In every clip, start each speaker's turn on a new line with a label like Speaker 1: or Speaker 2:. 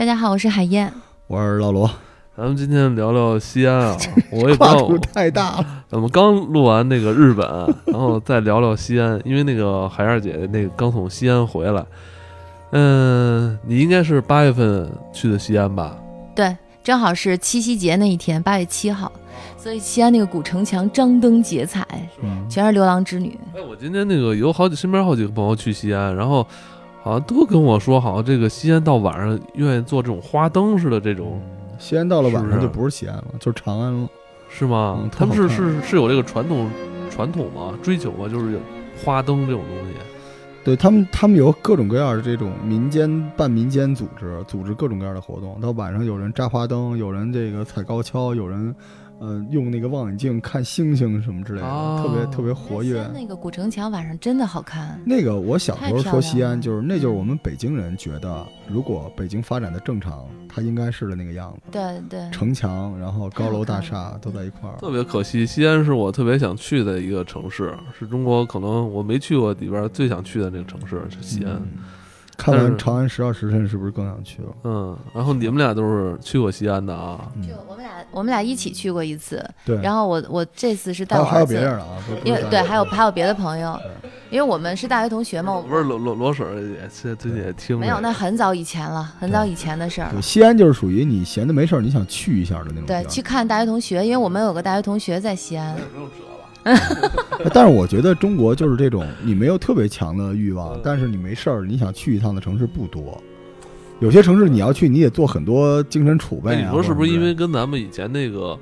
Speaker 1: 大家好，我是海燕。
Speaker 2: 我是老罗，
Speaker 3: 咱们今天聊聊西安啊，我也不知道，
Speaker 2: 太大了。
Speaker 3: 我们刚录完那个日本， 然后再聊聊西安，因为那个海燕姐那个刚从西安回来，嗯，你应该是八月份去的西安吧？
Speaker 1: 对，正好是七夕节那一天，八月七号，所以西安那个古城墙张灯结彩，
Speaker 2: 嗯，
Speaker 1: 全是牛郎织女。
Speaker 3: 哎，我今天那个有好几身边好几个朋友去西安，然后好像都跟我说，好像这个西安到晚上愿意做这种花灯似的这种，
Speaker 2: 西安到了晚
Speaker 3: 是
Speaker 2: 上就
Speaker 3: 不
Speaker 2: 是不是啊西安了，就是长安了。
Speaker 3: 是吗？
Speaker 2: 嗯
Speaker 3: 他们
Speaker 2: 特好
Speaker 3: 是
Speaker 2: 看
Speaker 3: 是是有这个传统传统吗？追求吗？就是有花灯这种东西。
Speaker 2: 对他们，他们有各种各样的这种民间半民间组织，组织各种各样的活动。到晚上有人扎花灯，有人这个踩高跷，有人呃用那个望远镜看星星什么之类的，
Speaker 3: 哦
Speaker 2: 特别特别活
Speaker 1: 西
Speaker 2: 跃
Speaker 1: 安。那个古城墙晚上真的好看，
Speaker 2: 那个我小时候说西
Speaker 1: 太漂亮
Speaker 2: 安，
Speaker 1: 了
Speaker 2: 就是那就是我们北京人觉得，如果北京发展的正常，它应该是的那个样子，
Speaker 1: 对对，
Speaker 2: 城墙，然后高楼大厦都在一块儿。
Speaker 3: 特别可惜，西安是我特别想去的一个城市，是中国可能我没去过里边最想去的那个城市，是西安。
Speaker 2: 嗯看
Speaker 3: 但
Speaker 2: 完
Speaker 3: 是
Speaker 2: 《长安十二时辰》是不是更想去了？
Speaker 3: 嗯，然后你们俩都是去过西安的啊？
Speaker 2: 嗯
Speaker 1: 就我们俩我们俩一起去过一次，
Speaker 2: 对，
Speaker 1: 然后我我这次是带
Speaker 2: 还有
Speaker 1: 我
Speaker 2: 还有
Speaker 1: 儿
Speaker 2: 别人
Speaker 1: 子，
Speaker 2: 的啊，不不
Speaker 1: 因为
Speaker 2: 是
Speaker 1: 对
Speaker 2: 单
Speaker 1: 还有
Speaker 2: 人
Speaker 1: 还有别的朋友，因为我们是大学同学嘛，我
Speaker 3: 不是罗罗罗婶儿也是最近也听
Speaker 1: 没有
Speaker 3: 着
Speaker 1: 那很早以前了，很早以前的事儿了
Speaker 2: 对，。西安就是属于你闲的没事儿，你想去一下的那种地
Speaker 1: 对
Speaker 2: 儿，。
Speaker 1: 去看大学同学，因为我们有个大学同学在西安。
Speaker 3: 不用折了。
Speaker 2: 哎但是我觉得中国就是这种，你没有特别强的欲望
Speaker 3: 嗯，
Speaker 2: 但是你没事儿，你想去一趟的城市不多。有些城市你要去，你得做很多精神储备、
Speaker 3: 哎，
Speaker 2: 啊。
Speaker 3: 你说是不
Speaker 2: 或者
Speaker 3: 是因为
Speaker 2: 类的
Speaker 3: 跟咱们以前那个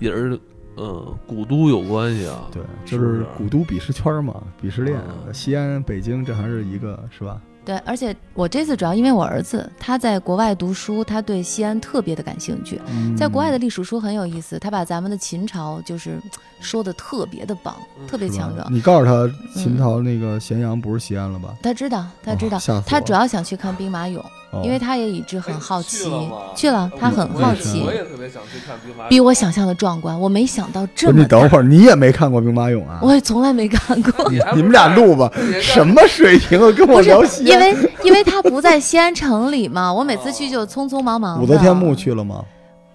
Speaker 3: 也是嗯古都有关系啊？
Speaker 2: 对，
Speaker 3: 是
Speaker 2: 就
Speaker 3: 不是
Speaker 2: 是古都鄙视圈儿嘛，鄙视链，
Speaker 3: 嗯
Speaker 2: 西安、北京这还是一个是吧？
Speaker 1: 对，而且我这次主要因为我儿子他在国外读书，他对西安特别的感兴趣。在国
Speaker 2: 嗯
Speaker 1: 外的历史书很有意思，他把咱们的秦朝就是说的特别的嗯棒，
Speaker 3: 嗯
Speaker 1: 特别
Speaker 2: 是吧
Speaker 1: 强壮。
Speaker 2: 你告诉他秦朝那个咸阳不是西安了吧？
Speaker 1: 他知道，他知道，
Speaker 2: 哦吓死
Speaker 1: 他
Speaker 2: 我
Speaker 1: 主要想去看兵马俑，
Speaker 2: 哦
Speaker 1: 因为他也一直很好奇。
Speaker 3: 哎去嗯
Speaker 1: 去了，他很好奇
Speaker 2: 我，
Speaker 3: 也特别想去看兵马
Speaker 1: 比我想象的壮观。我没想到
Speaker 2: 不
Speaker 1: 这
Speaker 2: 是你
Speaker 1: 么
Speaker 2: 等
Speaker 1: 大，
Speaker 2: 会儿，你也没看过兵马俑啊？
Speaker 1: 我也从来没看过。
Speaker 3: 你
Speaker 2: 你们俩录吧，什么水平啊？跟我
Speaker 1: 不是
Speaker 2: 聊西
Speaker 1: 因
Speaker 2: 安？
Speaker 1: 为因为他不在西安城里嘛，我每次去就
Speaker 3: 哦
Speaker 1: 匆匆忙忙的。
Speaker 2: 武则天墓去了吗？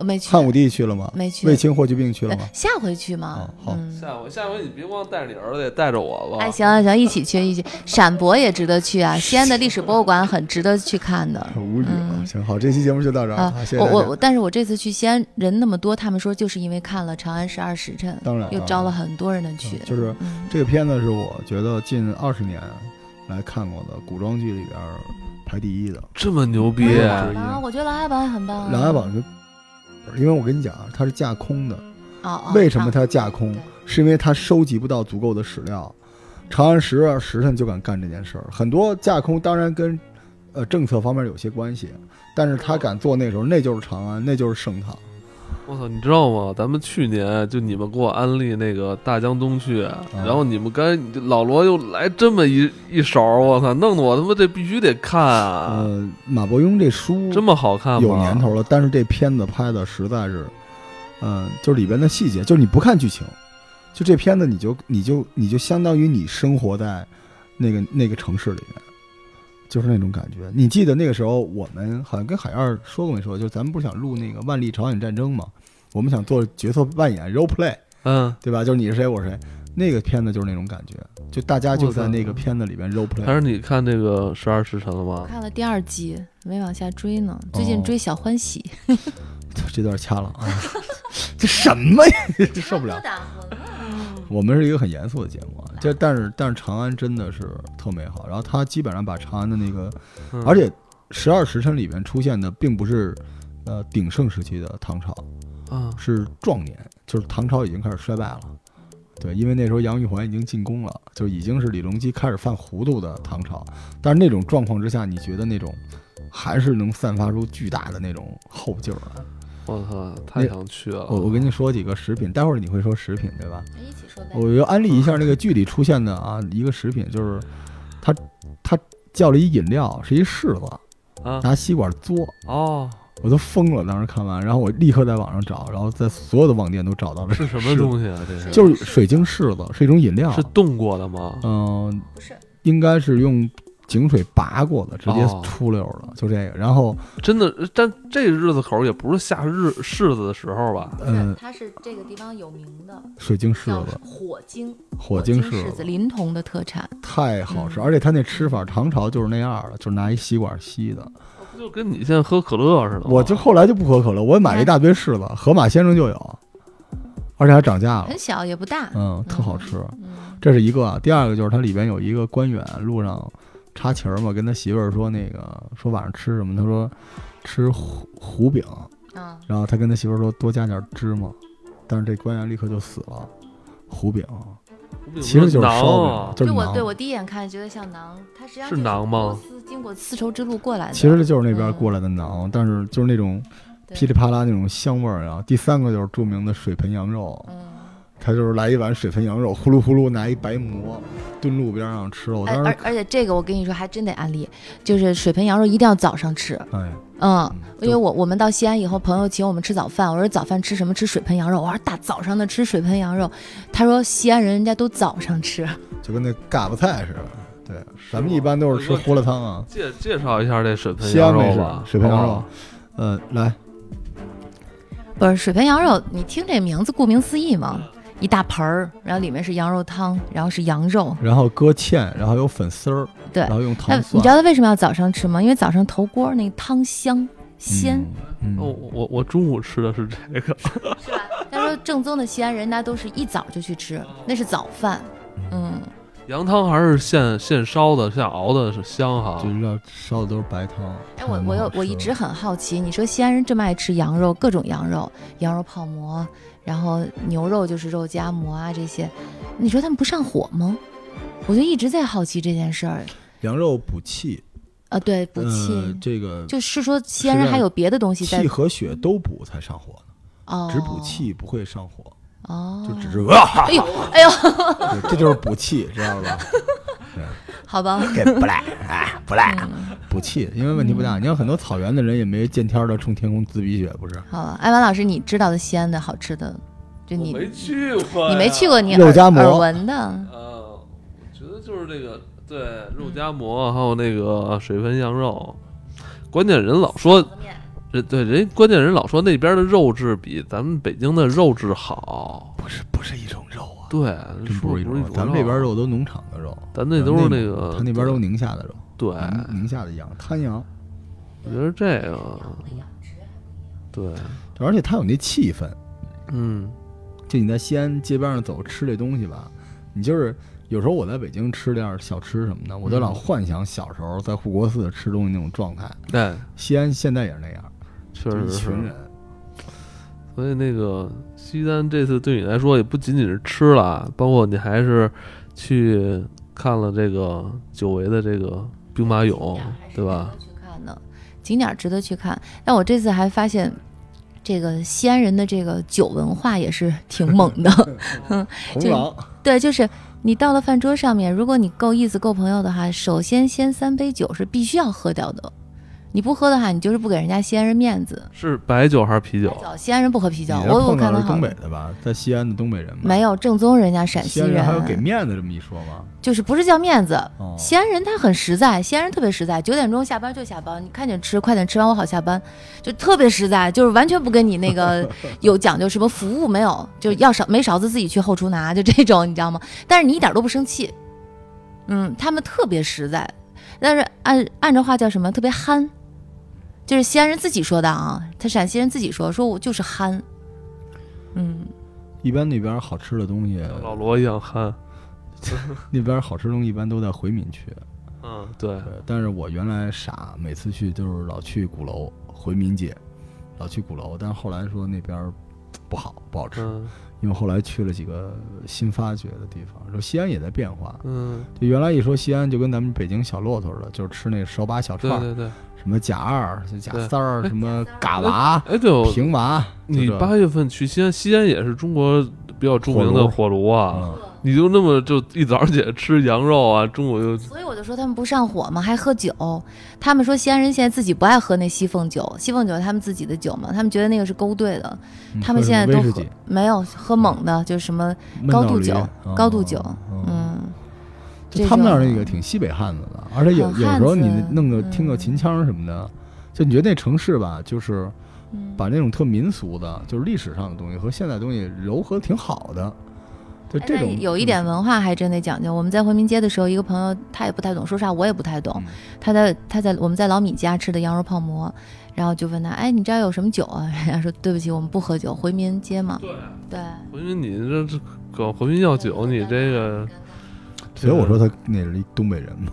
Speaker 1: 没去，
Speaker 2: 汉武帝去了吗？
Speaker 1: 没去
Speaker 2: 卫青、霍去病去了
Speaker 1: 对
Speaker 2: 吗？
Speaker 1: 下回去嘛。
Speaker 2: 哦好
Speaker 1: 嗯
Speaker 3: 下回下回你别光带着你儿子，也带着我吧。
Speaker 1: 哎，行行行，一起去一起。陕博也值得去啊，西安的历史博物馆很值得去看 的。
Speaker 2: 很无语啊！
Speaker 1: 嗯
Speaker 2: 行，好，这期节目就到这儿
Speaker 1: 啊
Speaker 2: 好谢谢
Speaker 1: 我
Speaker 2: 大家。
Speaker 1: 我我，但是我这次去西安人那么多，他们说就是因为看了《长安十二时辰》，
Speaker 2: 当然
Speaker 1: 又
Speaker 2: 啊
Speaker 1: 招了很多人的去。
Speaker 2: 嗯就是
Speaker 1: 嗯
Speaker 2: 这个片子是我觉得近二十年来看过的古装剧里边儿排第一的，
Speaker 1: 嗯
Speaker 3: 这么牛逼
Speaker 1: 琅
Speaker 2: 别
Speaker 1: 琊
Speaker 2: 啊
Speaker 1: 榜吧，我觉得琅琊榜也很棒啊。
Speaker 2: 《琅琊榜》是，因为我跟你讲啊，它是架空的。
Speaker 1: 哦哦，
Speaker 2: 为什么
Speaker 1: 啊
Speaker 2: 它架空
Speaker 1: 对？
Speaker 2: 是因为它收集不到足够的史料。长安十二时辰就敢干这件事儿，很多架空当然跟呃政策方面有些关系，但是
Speaker 1: 哦
Speaker 2: 他敢做那时候，那就是长安，那就是盛唐。
Speaker 3: 我操，你知道吗？咱们去年就你们给我安利那个大江东去，
Speaker 2: 啊
Speaker 3: 然后你们刚才老罗又来这么一一手，我操，弄得我他妈这必须得看啊！
Speaker 2: 呃，马伯庸这书
Speaker 3: 这么好看吗？
Speaker 2: 嗯有年头了，但是这片子拍的实在是，嗯，就是里边的细节，就是你不看剧情，就这片子你就你就你就相当于你生活在那个那个城市里面，就是那种感觉。你记得那个时候我们好像跟海燕儿说过没说，就是咱们不是想录那个万历朝鲜战争嘛，我们想做角色扮演 role play，
Speaker 3: 嗯，
Speaker 2: 对吧？就是你是谁我是谁，那个片子就是那种感觉，就大家就
Speaker 3: 我操
Speaker 2: 在那个片子里边 role
Speaker 3: 还
Speaker 2: play。
Speaker 3: 是你看这个《十二时辰》了
Speaker 1: 我
Speaker 3: 吗？
Speaker 1: 看了第二集，没往下追呢。最近
Speaker 2: 哦
Speaker 1: 追《小欢喜》
Speaker 2: 这段掐了啊， 这什么呀？ 这 受不了。我们是一个很严肃的节目啊，这但是但是长安真的是特美好，然后他基本上把长安的那个，
Speaker 3: 嗯
Speaker 2: 而且十二时辰里面出现的并不是呃鼎盛时期的唐朝，
Speaker 3: 啊，
Speaker 2: 是壮年，就是唐朝已经开始衰败了。对，因为那时候杨玉环已经进宫了，就已经是李隆基开始犯糊涂的唐朝。但是那种状况之下，你觉得那种还是能散发出巨大的那种后劲儿来。
Speaker 3: 我操，太想去了！
Speaker 2: 我我跟你说几个食品，待会儿你会说食品对吧？
Speaker 1: 哎一起说呗
Speaker 2: 我就安利一下那个剧里出现的啊，一个食品就是他他叫了一饮料，是一柿子，
Speaker 3: 啊
Speaker 2: 拿吸管嘬，
Speaker 3: 哦，
Speaker 2: 我都疯了。当时看完，然后我立刻在网上找，然后在所有的网店都找到了
Speaker 3: 是什么
Speaker 2: 西，
Speaker 3: 东西啊？这是
Speaker 2: 啊就是水晶柿子，是一种饮料
Speaker 3: 是，冻过的吗？
Speaker 2: 嗯、
Speaker 1: 不是
Speaker 2: 应该是用井水拔过的，直接
Speaker 3: 哦
Speaker 2: 出溜了，就这个。然后，
Speaker 3: 真的，但这日子口也不是下日柿子的时候吧？
Speaker 1: 不
Speaker 2: 嗯
Speaker 1: 是，，它是这个地方有名的，
Speaker 2: 水晶柿
Speaker 1: 叫
Speaker 2: 子、
Speaker 1: 火晶，
Speaker 2: 火
Speaker 1: 晶
Speaker 2: 晶
Speaker 1: 柿
Speaker 2: 子
Speaker 1: 子，临潼的特产。
Speaker 2: 太好吃，
Speaker 1: 嗯
Speaker 2: 而且它那吃法，唐朝就是那样了，就是拿一吸管吸的。
Speaker 3: 不就跟你现在喝可乐
Speaker 1: 哦
Speaker 3: 似的吗？
Speaker 2: 我就后来就不喝可乐，我买了一大堆柿
Speaker 1: 嗯
Speaker 2: 子，河马先生就有，而且还涨价了
Speaker 1: 很，小也不大，
Speaker 2: 嗯，特好吃。
Speaker 1: 哎嗯，
Speaker 2: 这是一个啊，第二个就是它里边有一个官员路上插旗儿嘛，跟他媳妇儿说那个说晚上吃什么，他说吃糊糊饼，
Speaker 1: 啊，
Speaker 2: 然后他跟他媳妇儿说多加点芝麻，但是这官员立刻就死了。糊饼其实就是烧饼，
Speaker 3: 馕啊，
Speaker 2: 就是
Speaker 1: 我对
Speaker 2: 馕，
Speaker 1: 我第一眼看觉得像馕，它实际上
Speaker 3: 是
Speaker 1: 就
Speaker 3: 馕吗
Speaker 1: 波斯经过丝绸之路过来的，
Speaker 2: 其实就是那边
Speaker 1: 嗯
Speaker 2: 过来的馕，但是就是那种
Speaker 1: 对
Speaker 2: 噼里啪啦那种香味儿啊。第三个就是著名的水盆羊肉，
Speaker 1: 嗯，
Speaker 2: 他就是来一碗水盆羊肉，呼噜呼噜拿一白馍蹲路边上吃，我
Speaker 1: 哎
Speaker 2: 当
Speaker 1: 而
Speaker 2: 时
Speaker 1: 而且这个我跟你说还真得安利，就是水盆羊肉一定要早上吃，
Speaker 2: 哎，
Speaker 1: 嗯。
Speaker 2: 嗯
Speaker 1: 因为
Speaker 2: 就
Speaker 1: 我我们到西安以后，朋友请我们吃早饭，我说早饭吃什么？吃水盆羊肉。我说大早上的吃水盆羊肉，他说西安人人家都早上吃，
Speaker 2: 就跟那嘎巴菜似的。对，咱们
Speaker 3: 吗
Speaker 2: 一般都是吃
Speaker 3: 我
Speaker 2: 胡辣汤啊，
Speaker 3: 介介绍一下这水盆
Speaker 2: 西安
Speaker 3: 羊
Speaker 2: 美
Speaker 3: 肉
Speaker 2: 食
Speaker 3: 吧，
Speaker 2: 水盆羊
Speaker 3: 好不
Speaker 2: 肉
Speaker 3: 好。
Speaker 2: 呃，来，
Speaker 1: 不是水盆羊肉，你听这名字顾名思义嘛，一大盆儿，然后里面是羊肉汤，然后是羊肉，
Speaker 2: 然后搁芡，然后有粉丝儿，
Speaker 1: 对
Speaker 2: 然后用
Speaker 1: 那
Speaker 2: 糖
Speaker 1: 你
Speaker 2: 蒜
Speaker 1: 知。道他为什么要早上吃吗？因为早上头锅那个汤香鲜，
Speaker 2: 嗯，嗯
Speaker 3: 哦我我我中午吃的是这个，
Speaker 1: 是吧？他说正宗的西安人，那都是一早就去吃，那是早饭。嗯，
Speaker 3: 羊汤还是现现烧的，现熬的是香哈
Speaker 2: 就。知道烧的都是白汤。
Speaker 1: 哎，我
Speaker 2: 还蛮
Speaker 1: 我有
Speaker 2: 好吃
Speaker 1: 我一直很好奇，你说西安人这么爱吃羊肉，各种羊肉，羊肉泡馍，然后牛肉就是肉夹馍啊这些，你说他们不上火吗？我就一直在好奇这件事儿。
Speaker 2: 羊肉补气，
Speaker 1: 啊，对，补气，
Speaker 2: 呃这个
Speaker 1: 就是说西安人
Speaker 2: 是啊
Speaker 1: 还有别的东西在
Speaker 2: 气和血都补才上火呢，
Speaker 1: 哦，
Speaker 2: 只补气不会上火，
Speaker 1: 哦，
Speaker 2: 就只是啊 哈
Speaker 1: 哎呦哎呦，
Speaker 2: 哈，对这就是补气，知道吧？
Speaker 1: 好吧，
Speaker 2: 这不赖，哎，不赖，补气，因为问题不大。你看很多草原的人也没见天儿的冲天空自鼻血，不是？
Speaker 1: 好了，艾文老师，你知道的西安的好吃的，就你
Speaker 3: 我没去过，
Speaker 1: 你没去。过，你
Speaker 2: 肉
Speaker 1: 耳
Speaker 2: 夹馍
Speaker 1: 耳闻的，
Speaker 3: 呃，我觉得就是这个对肉夹馍，还有那个水盆羊肉。关键人老说，人对人关键人老说那边的肉质比咱们北京的肉质好。
Speaker 2: 不是，不是一种肉啊，
Speaker 3: 对，
Speaker 2: 真不是
Speaker 3: 是
Speaker 2: 一
Speaker 3: 不
Speaker 2: 种
Speaker 3: 是
Speaker 2: 肉。咱们这边，肉都农场的肉，
Speaker 3: 咱啊那都是
Speaker 2: 咱们
Speaker 3: 那
Speaker 2: 内
Speaker 3: 个
Speaker 2: 蒙，他那边都嗯宁夏的肉，
Speaker 3: 对。
Speaker 2: 宁宁夏的羊，滩羊，
Speaker 3: 我觉得这个，对，
Speaker 2: 而且它有那气氛。
Speaker 3: 嗯，
Speaker 2: 就你在西安街边上走吃这东西吧，你就是有时候我在北京吃点小吃什么的，我
Speaker 3: 嗯
Speaker 2: 就老幻想小时候在护国寺吃东西那种状态。
Speaker 3: 哎，
Speaker 2: 西安现在也是那样，
Speaker 3: 确
Speaker 2: 就
Speaker 3: 实
Speaker 2: 一
Speaker 3: 是
Speaker 2: 群。人，
Speaker 3: 所以那个西单这次对你来说也不仅仅是吃了啊，包括你还是去看了这个久违的这个兵马俑，对吧？？
Speaker 1: 去看的景点儿值得去看，但我这次还发现。这个西安人的这个酒文化也是挺猛 的，
Speaker 2: 红狼
Speaker 1: 对，就是你到了饭桌上面，如果你够意思、够朋友的话，首先先三杯酒是必须要喝掉的，你不喝的话，你就是不给人家西安人面子。
Speaker 3: 是白酒还是啤酒？
Speaker 1: 西安人不喝啤
Speaker 2: 你
Speaker 1: 酒，
Speaker 2: 这
Speaker 1: 我我
Speaker 2: 碰
Speaker 1: 看
Speaker 2: 到
Speaker 1: 到
Speaker 2: 是
Speaker 1: 好
Speaker 2: 东
Speaker 1: 多
Speaker 2: 北的吧？在西安的东北人吗
Speaker 1: 没有正宗人家陕西
Speaker 2: 西安人还有给面子这么一说吗？
Speaker 1: 就是不是叫面子。
Speaker 2: 哦，
Speaker 1: 西安人他很实在，西安人特别实在，九点钟下班就下班，你看见吃，快点吃完我好下班，就特别实在，就是完全不跟你那个有讲究什么服务没有，就是要勺没勺子自己去后厨拿，就 这种你知道吗？但是你一点都不生气，嗯，他们特别实在，但是按按照话叫什么特别憨，就是西安人自己说的啊，他陕西人自己说，说我就是憨，嗯，
Speaker 2: 一般那边好吃的东西，
Speaker 3: 像老罗一样憨，
Speaker 2: 那边好吃的东西一般都在回民区。
Speaker 3: 嗯，对
Speaker 2: 对，但是我原来傻，每次去就是老去鼓楼回民街，老去鼓楼，但是后来说那边儿不好，不好吃，
Speaker 3: 嗯
Speaker 2: 因为后来去了几个新发掘的地方，说西安也在变化。
Speaker 3: 嗯，
Speaker 2: 就原来一说西安，就跟咱们北京小骆驼似的，就是吃那手把小
Speaker 3: 对
Speaker 2: 串儿，
Speaker 3: 对对。
Speaker 2: 什么甲二、甲
Speaker 3: 对
Speaker 2: 三儿，什么嘎娃、
Speaker 3: 哎，对哦，
Speaker 2: 平娃，就
Speaker 3: 你
Speaker 2: 这
Speaker 3: 八月份去西安，西安也是中国比较著名的火炉啊。
Speaker 2: 嗯，
Speaker 3: 你就那么就一早上起来吃羊肉啊，中午又
Speaker 1: 所以我就说他们不上火嘛，还喝酒。他们说西安人现在自己不爱喝那西凤酒，西凤酒他们自己的酒嘛，他们觉得那个是勾兑的。
Speaker 2: 嗯
Speaker 1: 他们
Speaker 2: 喝
Speaker 1: 现在
Speaker 2: 什么
Speaker 1: 都
Speaker 2: 威士
Speaker 1: 喝
Speaker 2: 忌
Speaker 1: 没有喝猛的，就是什么
Speaker 2: 闷
Speaker 1: 高
Speaker 2: 倒
Speaker 1: 度
Speaker 2: 驴
Speaker 1: 酒
Speaker 2: 嗯
Speaker 1: 高度酒，
Speaker 2: 嗯
Speaker 1: 嗯，
Speaker 2: 就他们那儿那个挺西北汉子的，而且有
Speaker 1: 好
Speaker 2: 有
Speaker 1: 啊汉
Speaker 2: 时候你
Speaker 1: 子
Speaker 2: 弄个听个
Speaker 1: 嗯
Speaker 2: 秦腔什么的，就你觉得那城市吧，就是
Speaker 1: 嗯
Speaker 2: 把那种特民俗的，就是历史上的东西和现代东西糅合挺好的。就
Speaker 1: 哎
Speaker 2: 这
Speaker 1: 那
Speaker 2: 种嗯
Speaker 1: 有一点文化还真得讲究。我们在回民街的时候，一个朋友他也不太懂，说实话我也不太懂
Speaker 2: 嗯。
Speaker 1: 他在他在我们在老米家吃的羊肉泡馍，然后就问他，哎，你这儿有什么酒啊？ 人家说对不起，我们不喝酒，回民街嘛。
Speaker 3: 对，
Speaker 1: 对，
Speaker 3: 回民你这这搞回民药酒，你这个，
Speaker 2: 所以我说他那是一东北人嘛。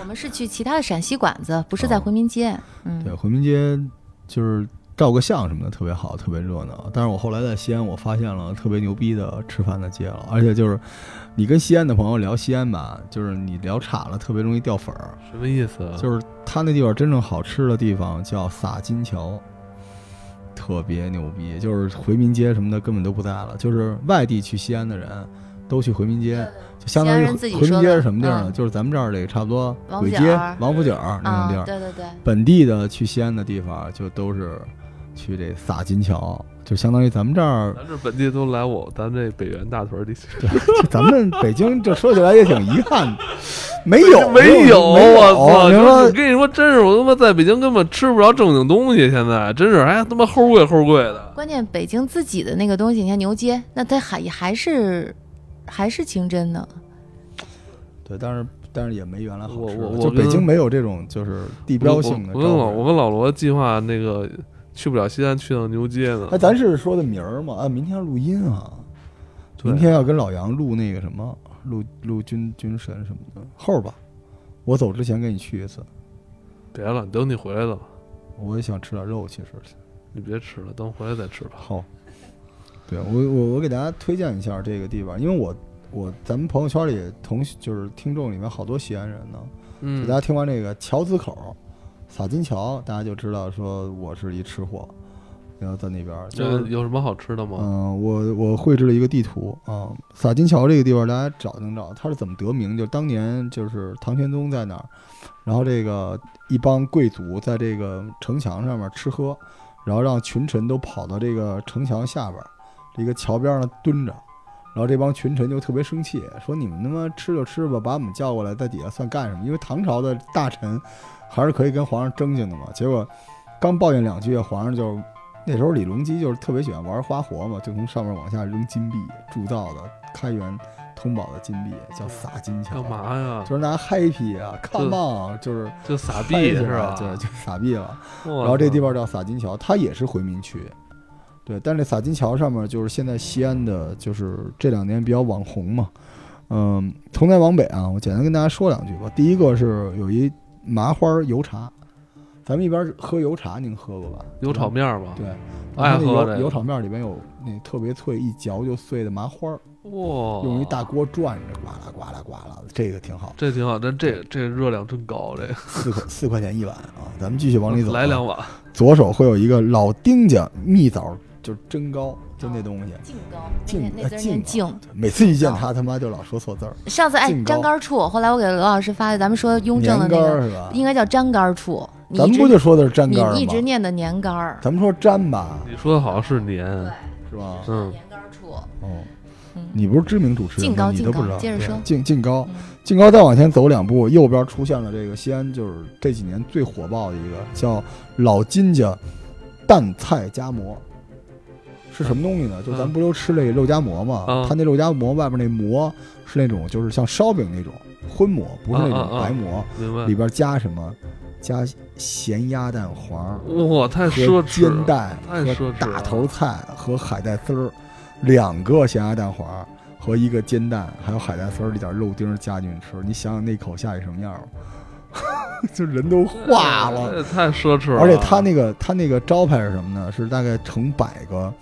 Speaker 1: 我们是去其他的陕西馆子，不是在
Speaker 2: 哦
Speaker 1: 回民街。嗯
Speaker 2: 对，，回民街就是照个相什么的特别好，特别热闹。但是我后来在西安，我发现了特别牛逼的吃饭的街了，而且就是你跟西安的朋友聊西安吧，就是你聊岔了，特别容易掉粉儿。
Speaker 3: 什么意思啊？
Speaker 2: 就是他那地方真正好吃的地方叫洒金桥，特别牛逼。就是回民街什么的根本都不在了，就是外地去西安的人都去回民街，就相当
Speaker 1: 嗯西安
Speaker 2: 于
Speaker 1: 人自己
Speaker 2: 回民
Speaker 1: 说
Speaker 2: 街
Speaker 1: 的
Speaker 2: 是什么地儿呢？
Speaker 1: 嗯
Speaker 2: 就是咱们这儿这个差不多
Speaker 1: 王府
Speaker 2: 簋
Speaker 1: 井
Speaker 2: 街
Speaker 1: 儿、
Speaker 2: 王府井儿那
Speaker 1: 啊
Speaker 2: 种地儿，，
Speaker 1: 对对对，
Speaker 2: 本地的去西安的地方就都是去这洒金桥，就相当于咱们这儿，
Speaker 3: 咱这本地都来我咱这北园大屯 地区，
Speaker 2: 就咱们北京这说起来也挺遗憾的，没有
Speaker 3: 没
Speaker 2: 有没有哦
Speaker 3: 我操！
Speaker 2: 你
Speaker 3: 就是
Speaker 2: 说
Speaker 3: 我跟你说，真是我他妈在北京根本吃不着正经东西，现在真是还他妈齁贵齁贵的。
Speaker 1: 关键北京自己的那个东西，你看牛街，那它还还是还是清真的。
Speaker 2: 对，但是但是也没原来好
Speaker 3: 我
Speaker 2: 吃
Speaker 3: 我
Speaker 2: 了，
Speaker 3: 我
Speaker 2: 就
Speaker 3: 跟
Speaker 2: 北京没有这种就是地标性的
Speaker 3: 我我跟老
Speaker 2: 招
Speaker 3: 我
Speaker 2: 牌。
Speaker 3: 跟老罗计划那个去不了西安，去趟牛街呢
Speaker 2: 哎，。咱是说的名儿嘛？啊，明天要录音啊，
Speaker 3: 对
Speaker 2: 明天要跟老杨录那个什么，录录军军神什么的，后儿吧。我走之前跟你去一次，
Speaker 3: 别了，等你回来了吧，
Speaker 2: 我也想吃点肉，其实。
Speaker 3: 你别吃了，等回来再吃吧。
Speaker 2: 好，对我我我给大家推荐一下这个地方，因为我我咱们朋友圈里同就是听众里面好多西安人呢，
Speaker 3: 嗯
Speaker 2: 大，家听完这个桥子口洒金桥，大家就知道说我是一吃货，然后在那边儿就
Speaker 3: 这
Speaker 2: 是。
Speaker 3: 有什么好吃的吗？
Speaker 2: 嗯、我我绘制了一个地图啊、洒金桥这个地方大家找就能找，它是怎么得名？就当年就是唐玄宗在那儿，然后这个一帮贵族在这个城墙上面吃喝，然后让群臣都跑到这个城墙下边儿这个桥边儿上蹲着，然后这帮群臣就特别生气，说你们他妈吃就吃吧，把我们叫过来在底下算干什么？因为唐朝的大臣还是可以跟皇上争竞的嘛。结果刚抱怨两句，皇上就那时候李隆基就是特别喜欢玩花活嘛，就从上面往下扔金币，铸造的开元通宝的金币叫洒金桥，
Speaker 3: 干？嘛呀？
Speaker 2: 就是拿 happy 啊，come on，就是
Speaker 3: 就
Speaker 2: 嗨
Speaker 3: 撒币
Speaker 2: 起
Speaker 3: 是
Speaker 2: 来
Speaker 3: 吧？
Speaker 2: 对，就傻逼了。
Speaker 3: 然
Speaker 2: 然后这地方叫洒金桥，它也是回民区。对，但是洒金桥上面就是现在西安的，就是这两年比较网红嘛。嗯，从南往北啊，我简单跟大家说两句吧。第一个是有一麻花油茶，咱们一边喝油茶，您喝过吧？
Speaker 3: 有炒面吗？
Speaker 2: 对，然后那
Speaker 3: 爱喝这
Speaker 2: 油
Speaker 3: 个
Speaker 2: 油炒面里边有那特别脆，一嚼就碎的麻花，
Speaker 3: 哇，
Speaker 2: 用一大锅转着，呱啦呱啦呱啦的，这个挺好，
Speaker 3: 这挺好，但这这热量真高，这
Speaker 2: 四块四块钱一碗啊。咱们继续往里走、
Speaker 3: 来两碗，
Speaker 2: 左手会有一个老丁家蜜枣，就是蒸糕，就
Speaker 1: 啊
Speaker 2: 那东西。
Speaker 1: 净高，
Speaker 2: 净
Speaker 1: 那字
Speaker 2: 呃
Speaker 1: 儿
Speaker 2: 净
Speaker 1: 念
Speaker 2: 高
Speaker 1: 净。
Speaker 2: 每次一见他，他妈就老说错字儿。
Speaker 1: 上次哎
Speaker 2: 净，高
Speaker 1: 粘杆处，后来我给罗老师发的，咱们说雍正的
Speaker 2: 年
Speaker 1: 那
Speaker 2: 干
Speaker 1: 个
Speaker 2: 儿是吧？
Speaker 1: 应该叫粘杆处，你
Speaker 2: 咱
Speaker 1: 一
Speaker 2: 们
Speaker 1: 直
Speaker 2: 不就说的是粘
Speaker 1: 你
Speaker 2: 干儿
Speaker 1: 你一直
Speaker 2: 吗？
Speaker 1: 念的年杆儿，
Speaker 2: 咱们说粘吧，
Speaker 3: 你说的好像是年，
Speaker 2: 是吧？
Speaker 3: 嗯
Speaker 1: 年杆处，
Speaker 2: 哦
Speaker 1: 嗯，
Speaker 2: 你不是知名主持人
Speaker 1: 净
Speaker 2: 吗，
Speaker 1: 高
Speaker 2: 你
Speaker 1: 净
Speaker 2: 都不知
Speaker 1: 高，
Speaker 2: 道。
Speaker 1: 接着说，
Speaker 2: 净净高，
Speaker 1: 嗯
Speaker 2: 净高再往前走两步，右边出现了这个西安，就是这几年最火爆的一个叫老金家蛋菜夹馍，是什么东西呢？就是咱们不都吃那肉夹馍嘛？
Speaker 3: 嗯
Speaker 2: 它那肉夹馍外边那馍是那种就是像烧饼那种荤馍，不是那
Speaker 3: 嗯嗯
Speaker 2: 种
Speaker 3: 嗯
Speaker 2: 白馍，
Speaker 3: 明白
Speaker 2: 里？边加什么？加咸鸭蛋黄
Speaker 3: 哇，太
Speaker 2: 和
Speaker 3: 奢侈
Speaker 2: 煎
Speaker 3: 了，
Speaker 2: 蛋
Speaker 3: 太
Speaker 2: 和
Speaker 3: 奢侈
Speaker 2: 大
Speaker 3: 了
Speaker 2: 头菜和海带丝儿，两个咸鸭蛋黄和一个煎蛋，还有海带丝儿里点肉丁儿加进去吃。你想想那口下去什么样儿， 就人都化了。
Speaker 3: 这太奢侈了。
Speaker 2: 而且他那个他那个招牌是什么呢？是大概成百个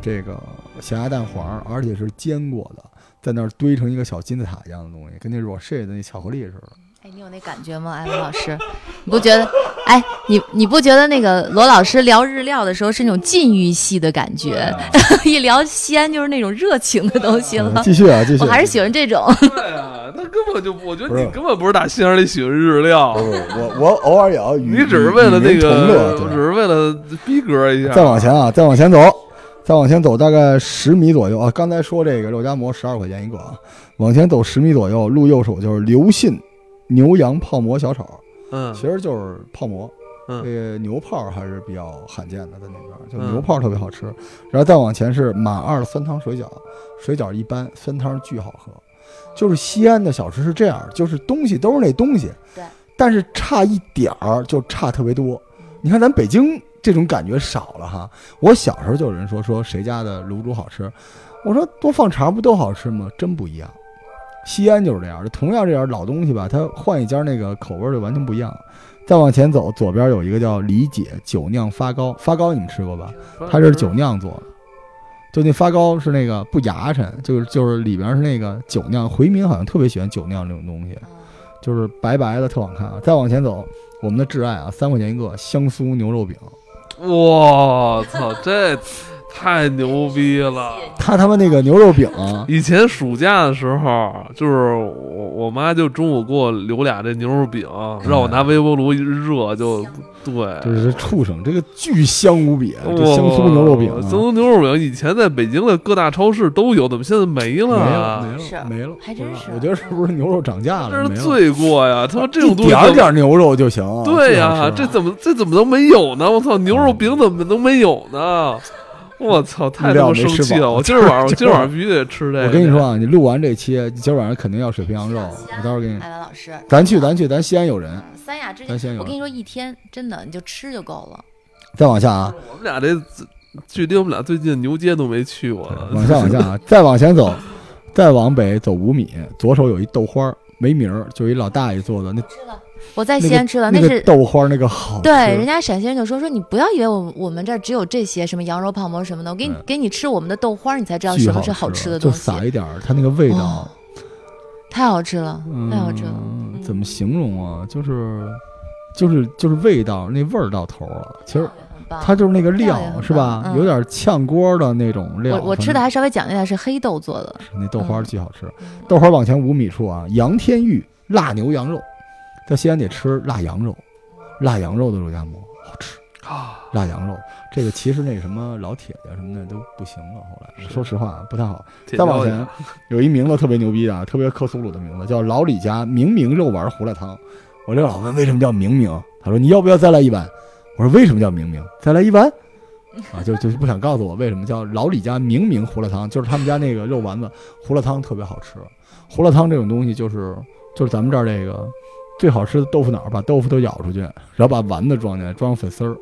Speaker 2: 这个咸鸭蛋黄，而且是煎过的，在那儿堆成一个小金字塔一样的东西，跟那 Roche 的那巧克力似的。
Speaker 1: 哎，你有那感觉吗，艾文老师？你不觉得？哎，你你不觉得那个罗老师聊日料的时候是那种禁欲系的感觉， 一聊西安就是那种热情的东西
Speaker 2: 啊嗯
Speaker 1: 了？
Speaker 2: 继续啊，继续。
Speaker 1: 我还是喜欢这种。
Speaker 3: 对啊，他根本就，我觉
Speaker 2: 不
Speaker 3: 得
Speaker 2: 是
Speaker 3: 你根本不是打心眼里喜欢日料
Speaker 2: 不，是哦我我偶尔也要与
Speaker 3: 你只是为了
Speaker 2: 与民
Speaker 3: 那
Speaker 2: 同乐
Speaker 3: 个，
Speaker 2: 对
Speaker 3: 只是为了逼格一下。
Speaker 2: 再往前啊，再往前走，再往前走大概十米左右啊，刚才说这个肉夹馍十二块钱一个啊，往前走十米左右，路右手就是刘信牛羊泡馍小炒，
Speaker 3: 嗯
Speaker 2: 其实就是泡馍。
Speaker 3: 嗯
Speaker 2: 这个牛泡还是比较罕见的，在那边儿就
Speaker 3: 嗯
Speaker 2: 牛泡特别好吃。然后再往前是满二的酸汤水饺，水饺一般，酸汤巨好喝。就是西安的小吃是这样，就是东西都是那东西，
Speaker 1: 对，
Speaker 2: 但是差一点儿就差特别多。你看咱北京这种感觉少了哈。我小时候就有人说说谁家的卤煮好吃，我说多放肠不都好吃吗？真不一样。西安就是这样，同样这样老东西吧，它换一家那个口味儿就完全不一样了。再往前走，左边有一个叫李姐酒酿发糕，发糕你们吃过吧？它这是酒酿做的，就那发糕是那个不牙碜，就是就是里边是那个酒酿。回民好像特别喜欢酒酿这种东西，就是白白的特好看啊。再往前走，我们的挚爱啊，三块钱一个香酥牛肉饼，
Speaker 3: 我操，这太牛逼了！
Speaker 2: 它他妈那个牛肉饼啊，
Speaker 3: 以前暑假的时候，就是我我妈就中午给我留俩这牛肉饼，让
Speaker 2: 哎
Speaker 3: 我拿微波炉一热就对，
Speaker 2: 就是畜生，这个巨香无比，啊
Speaker 3: 哇
Speaker 2: 这香酥牛肉饼啊、
Speaker 3: 香酥牛肉饼以前在北京的各大超市都有，怎么现在没
Speaker 2: 没
Speaker 3: 了？啊
Speaker 2: 了，没
Speaker 1: 是
Speaker 2: 了，没了，
Speaker 1: 还真
Speaker 2: 不知道
Speaker 1: 是
Speaker 2: 我觉得是不是牛肉涨价
Speaker 3: 这
Speaker 2: 了？
Speaker 3: 是
Speaker 2: 没了
Speaker 3: 罪过呀！他说这种东
Speaker 2: 一
Speaker 3: 西
Speaker 2: 点
Speaker 3: 怎
Speaker 2: 儿
Speaker 3: 么
Speaker 2: 点儿牛肉就行。啊
Speaker 3: 对呀、
Speaker 2: 最
Speaker 3: 这
Speaker 2: 好吃
Speaker 3: 怎么这怎么能没有呢？我操，牛
Speaker 2: 嗯
Speaker 3: 肉饼怎么能没有呢？我操，太他妈生
Speaker 2: 料没
Speaker 3: 气
Speaker 2: 吃
Speaker 3: 了！
Speaker 2: 饱
Speaker 3: 我今儿晚 上，我今儿晚上必须得吃这个。
Speaker 2: 我跟你说，啊，你录完这期，你今儿晚上肯定要水平羊肉，
Speaker 1: 啊
Speaker 2: 我到时候给你。
Speaker 1: 艾文老师，
Speaker 2: 嗯咱去，咱去，咱西安有人，
Speaker 1: 嗯三亚之
Speaker 2: 咱
Speaker 1: 前，
Speaker 2: 西安有
Speaker 1: 我跟
Speaker 2: 人。
Speaker 1: 你说，一天真的你就吃就够了。
Speaker 2: 再往下啊，
Speaker 3: 我们俩这距离我们俩最近的牛街都没去过了。
Speaker 2: 往下往下啊，再往前走，再往北走五米，左手有一豆花儿，没名儿，就是一老大爷做的，那
Speaker 1: 吃了，我在
Speaker 2: 那个
Speaker 1: 西安吃了，
Speaker 2: 那个
Speaker 1: 啊是
Speaker 2: 豆花儿那个好吃。
Speaker 1: 对，人家陕西人就说说你不要以为我们我们这儿只有这些什么羊肉泡馍什么的，我给你
Speaker 2: 对
Speaker 1: 给你吃我们的豆花儿，你才知道
Speaker 2: 嗯巨
Speaker 1: 什么是
Speaker 2: 好
Speaker 1: 好
Speaker 2: 吃
Speaker 1: 吃的
Speaker 2: 就
Speaker 1: 东西，
Speaker 2: 撒一点儿，它那个味道
Speaker 1: 哦，太好吃了，太好吃了。
Speaker 2: 嗯
Speaker 1: 嗯
Speaker 2: 怎么形容啊？就是，就是就是味道，那味儿到头儿了。其实
Speaker 1: 很棒
Speaker 2: 它就是那个
Speaker 1: 料也
Speaker 2: 料，
Speaker 1: 很
Speaker 2: 是吧？
Speaker 1: 棒嗯
Speaker 2: 有点呛锅的那种料。
Speaker 1: 我我吃的还稍微讲究一下，是黑豆做的，
Speaker 2: 那豆花儿巨好吃。
Speaker 1: 嗯
Speaker 2: 豆花儿往前五米处啊，杨天玉辣牛羊肉，在西安得吃辣羊肉，辣羊肉的肉夹馍好吃。
Speaker 3: 啊，
Speaker 2: 辣羊肉这个其实那什么老铁的什么的都不行了，后来
Speaker 3: 是
Speaker 2: 说实话啊不太好。
Speaker 3: 铁
Speaker 2: 再
Speaker 3: 锹
Speaker 2: 往
Speaker 3: 也
Speaker 2: 前有一名字特别牛逼的啊，特别克苏鲁的名字，叫老李家明明肉丸胡辣汤。我就老问为什么叫明明，他说你要不要再来一碗？我说为什么叫明明？再来一碗？啊，就就是不想告诉我为什么叫老李家明明胡辣汤，就是他们家那个肉丸子胡辣汤特别好吃。胡辣汤这种东西就是就是咱们这儿这个最好吃的豆腐脑儿，把豆腐都咬出去，然后把丸子装进来，装上粉丝儿，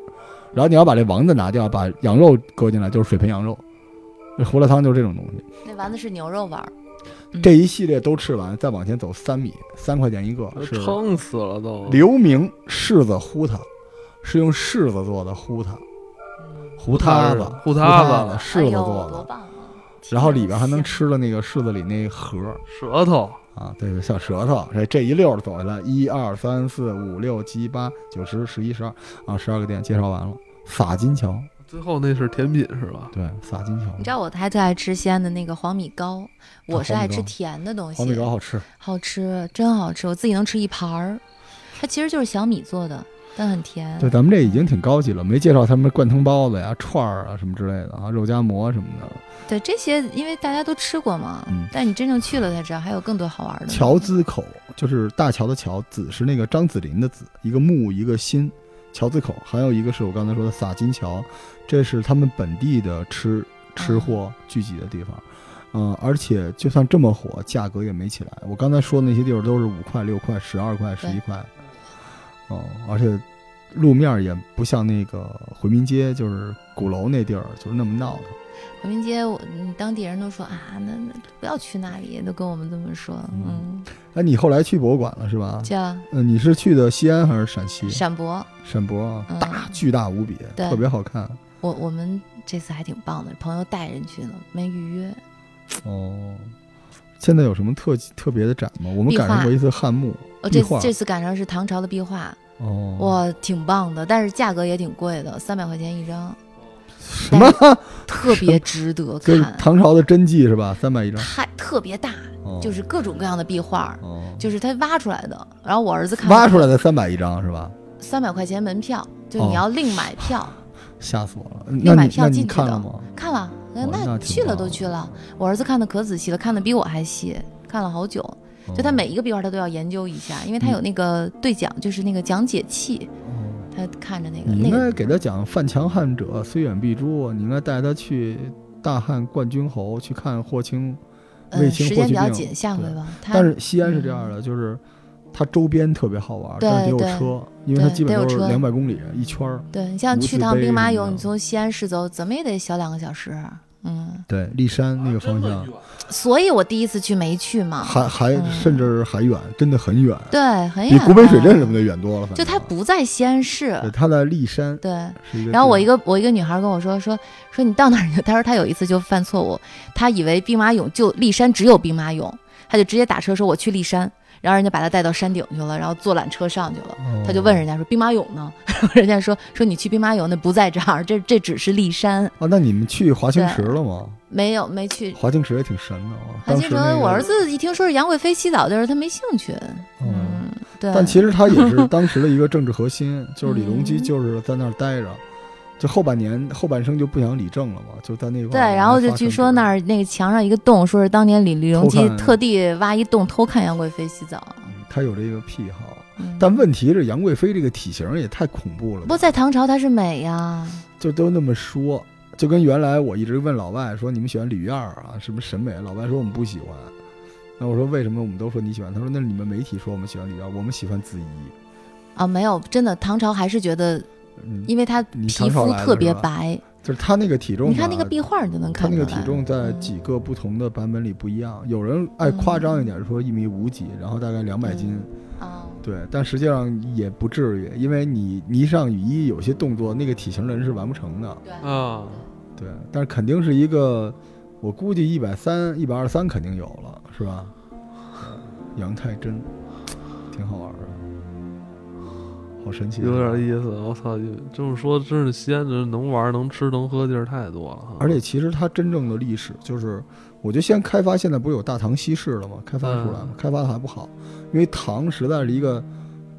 Speaker 2: 然后你要把这丸子拿掉，把羊肉搁进来，就是水盆羊肉。这胡辣汤就是这种东西。
Speaker 1: 那丸子是牛肉丸儿，
Speaker 2: 这一系列都吃完，再往前走三米，三块钱一个
Speaker 3: 都
Speaker 2: 是
Speaker 3: 撑死了都。
Speaker 2: 刘明柿子糊它，是用柿子做的糊它，糊塌子，
Speaker 3: 嗯
Speaker 2: 糊
Speaker 3: 糊塌子
Speaker 2: 子，柿
Speaker 1: 哎
Speaker 2: 子
Speaker 1: 呦
Speaker 2: 做
Speaker 1: 多
Speaker 2: 的，
Speaker 1: 棒啊！
Speaker 2: 然后里边还能
Speaker 1: 香
Speaker 2: 吃了那个柿子里那核儿
Speaker 3: 舌头，
Speaker 2: 啊，对，小舌头，这这一溜儿走下来，一二三四五六七八九十十一十二啊，十二个店介绍完了，洒金桥，
Speaker 3: 最后那是甜品是吧？
Speaker 2: 对，洒金
Speaker 1: 你知
Speaker 2: 桥，
Speaker 1: 道我还特爱吃西安的那个黄米糕，我是
Speaker 2: 黄米
Speaker 1: 爱吃
Speaker 2: 糕
Speaker 1: 甜的东西。
Speaker 2: 黄米糕好吃，
Speaker 1: 好吃，真好吃，我自己能吃一盘儿。它其实就是小米做的，但很甜。
Speaker 2: 对，咱们这已经挺高级了，没介绍他们灌汤包子呀、串儿啊什么之类的啊，肉夹馍什么的。
Speaker 1: 对这些，因为大家都吃过嘛，
Speaker 2: 嗯
Speaker 1: 但你真正去了才知道还有更多好玩的。
Speaker 2: 乔兹口就是大乔的乔，子是那个张子霖的子，一个木一个心，乔兹口。还有一个是我刚才说的洒金桥，这是他们本地的吃吃货聚集的地方。嗯，而且就算这么火，价格也没起来。我刚才说的那些地儿都是五块、六块、十二块、十一块，哦、而且路面也不像那个回民街，就是鼓楼那地儿，就是那么闹腾。
Speaker 1: 回民街，我嗯当地人都说啊，那那不要去那里，都跟我们这么说。嗯，
Speaker 2: 哎，你后来去博物馆了是吧？
Speaker 1: 叫
Speaker 2: 嗯、你是去的西安还是陕西？
Speaker 1: 陕博，
Speaker 2: 沈博啊
Speaker 1: 嗯
Speaker 2: 嗯大巨大无比，
Speaker 1: 对
Speaker 2: 特别好看
Speaker 1: 我我们这次还挺棒的，朋友带人去呢，没预约。
Speaker 2: 哦。现在有什么特特别的展吗？我们
Speaker 1: 壁画
Speaker 2: 赶上过一次汉墓
Speaker 1: 哦，
Speaker 2: 壁
Speaker 1: 这
Speaker 2: 画
Speaker 1: 这次赶上是唐朝的壁画，
Speaker 2: 哦，
Speaker 1: 哇，挺棒的，但是价格也挺贵的，三百块钱一 张，
Speaker 2: 什 么？
Speaker 1: 特别值得
Speaker 2: 就是
Speaker 1: 看，
Speaker 2: 唐朝的真迹是吧？三百一张，
Speaker 1: 太特别大，
Speaker 2: 哦
Speaker 1: 就是各种各样的壁画，
Speaker 2: 哦，
Speaker 1: 就是他挖出来的。然后我儿子看
Speaker 2: 挖出来的三百一张是吧？
Speaker 1: 三百块钱门票，就
Speaker 2: 哦
Speaker 1: 你要另买票。
Speaker 2: 吓死我了。
Speaker 1: 立
Speaker 2: 那
Speaker 1: 马
Speaker 2: 你
Speaker 1: 票
Speaker 2: 那你
Speaker 1: 进去
Speaker 2: 看
Speaker 1: 的
Speaker 2: 了吗？
Speaker 1: 看了，呃
Speaker 2: 哦那
Speaker 1: 那
Speaker 2: 挺
Speaker 1: 去了
Speaker 2: 棒
Speaker 1: 都
Speaker 2: 的
Speaker 1: 去了。我儿子看的可仔细了，看的比我还细，看了好久。就他
Speaker 2: 嗯
Speaker 1: 每一个壁画，他都要研究一下，因为他有那个对讲，就是那个讲解器，
Speaker 2: 嗯
Speaker 1: 他看着那个
Speaker 2: 你
Speaker 1: 那
Speaker 2: 应
Speaker 1: 个
Speaker 2: 该给他讲“犯强汉者，虽远必诛”，你应该带他去大汉冠军侯去看霍青。卫
Speaker 1: 呃
Speaker 2: 青
Speaker 1: 时
Speaker 2: 霍
Speaker 1: 间
Speaker 2: 去
Speaker 1: 比较
Speaker 2: 病
Speaker 1: 紧，下回吧。他
Speaker 2: 但是西安是这样的，就是它周边特别好玩，
Speaker 1: 对
Speaker 2: 但是得有
Speaker 1: 嗯对
Speaker 2: 车，因为它
Speaker 1: 对
Speaker 2: 基本
Speaker 1: 得有
Speaker 2: 都是
Speaker 1: 车
Speaker 2: 两百公里一圈儿。
Speaker 1: 对你像
Speaker 2: 无
Speaker 1: 去
Speaker 2: 字
Speaker 1: 趟
Speaker 2: 碑
Speaker 1: 兵马
Speaker 2: 什么
Speaker 1: 俑，你
Speaker 2: 的
Speaker 1: 从西安市走，怎么也得小两个小时。 嗯，
Speaker 2: 对，骊山
Speaker 3: 啊
Speaker 2: 那个方向，
Speaker 1: 所以我第一次去没去嘛。
Speaker 2: 还还
Speaker 1: 嗯
Speaker 2: 甚至还远，真的很远，
Speaker 1: 对，很
Speaker 2: 比
Speaker 1: 远。
Speaker 2: 古北水镇什么的远多了。反
Speaker 1: 就它
Speaker 2: 正
Speaker 1: 不在西安市。
Speaker 2: 对，它在骊山
Speaker 1: 对，
Speaker 2: 是一个地方。
Speaker 1: 然后我一个我一个女孩跟我说说说你到哪儿去？ 她说她有一次就犯错误，她以为兵马俑就骊山只有兵马俑，她就直接打车说我去骊山，然后人家把她带到山顶去了，然后坐缆车上去了。
Speaker 2: 哦，
Speaker 1: 她就问人家说兵马俑呢？ 然后人家说说你去兵马俑那不在这儿，这这只是骊山，
Speaker 2: 啊，那你们去华清
Speaker 1: 对
Speaker 2: 池了吗？
Speaker 1: 没有没去。
Speaker 2: 华清池也挺神的啊。
Speaker 1: 韩
Speaker 2: 当
Speaker 1: 金
Speaker 2: 时
Speaker 1: 城，
Speaker 2: 那个
Speaker 1: 我儿子一听说是杨贵妃洗澡的时候，他没兴趣。
Speaker 2: 嗯
Speaker 1: 嗯，对。
Speaker 2: 但其实它也 是当时的一个政治核心，就是李隆基
Speaker 1: 嗯
Speaker 2: 就是在那儿待着，就后半年后半生就不想理政了嘛，就在那块儿
Speaker 1: 对，然后就
Speaker 2: 发
Speaker 1: 据
Speaker 2: 政
Speaker 1: 说
Speaker 2: 治
Speaker 1: 那儿那个墙上一个洞，说是当年李李隆
Speaker 2: 偷
Speaker 1: 基
Speaker 2: 看
Speaker 1: 特地挖一洞偷看杨贵妃洗澡。
Speaker 2: 嗯他有这个癖好。
Speaker 1: 嗯、
Speaker 2: 但问题是杨贵妃这个体型也太恐怖了
Speaker 1: 不
Speaker 2: 吧，
Speaker 1: 在唐朝她是美呀，
Speaker 2: 就都那么说，就跟原来我一直问老外说你们喜欢吕燕儿啊，什么审美，老外说我们不喜欢。那我说为什么我们都说你喜欢？他说那你们媒体说我们喜欢吕燕儿，我们喜欢子怡。
Speaker 1: 啊没有，真的唐朝还是觉得，
Speaker 2: 嗯，
Speaker 1: 因为她
Speaker 2: 你
Speaker 1: 皮
Speaker 2: 唐朝
Speaker 1: 肤
Speaker 2: 来的
Speaker 1: 特
Speaker 2: 是
Speaker 1: 别
Speaker 2: 吧
Speaker 1: 白，
Speaker 2: 就是他那个体重吧，
Speaker 1: 你看那个壁画你就能
Speaker 2: 他
Speaker 1: 看
Speaker 2: 那
Speaker 1: 出
Speaker 2: 个
Speaker 1: 来。
Speaker 2: 体重在
Speaker 1: 嗯
Speaker 2: 几个不同的版本里不一样，有人爱夸张一点说一米五几，然后大概两百斤，
Speaker 1: 啊，
Speaker 2: 对，但实际上也不至于，因为你泥上雨衣有些动作，那个体型人是完不成的，
Speaker 1: 对
Speaker 3: 啊，
Speaker 2: 对，但是肯定是一个，我估计一百三、一百二三肯定有了，是吧？对杨太真，挺好玩的，好神奇，啊
Speaker 3: 有点。意思。我操，有这么说，真是西安这能玩、能吃、能喝地儿太多了哈。
Speaker 2: 而且其实它真正的历史就是，我觉得先开发，现在不是有大唐西市了吗？开发出来吗？
Speaker 3: 嗯
Speaker 2: 开发的还不好，因为唐实在是一个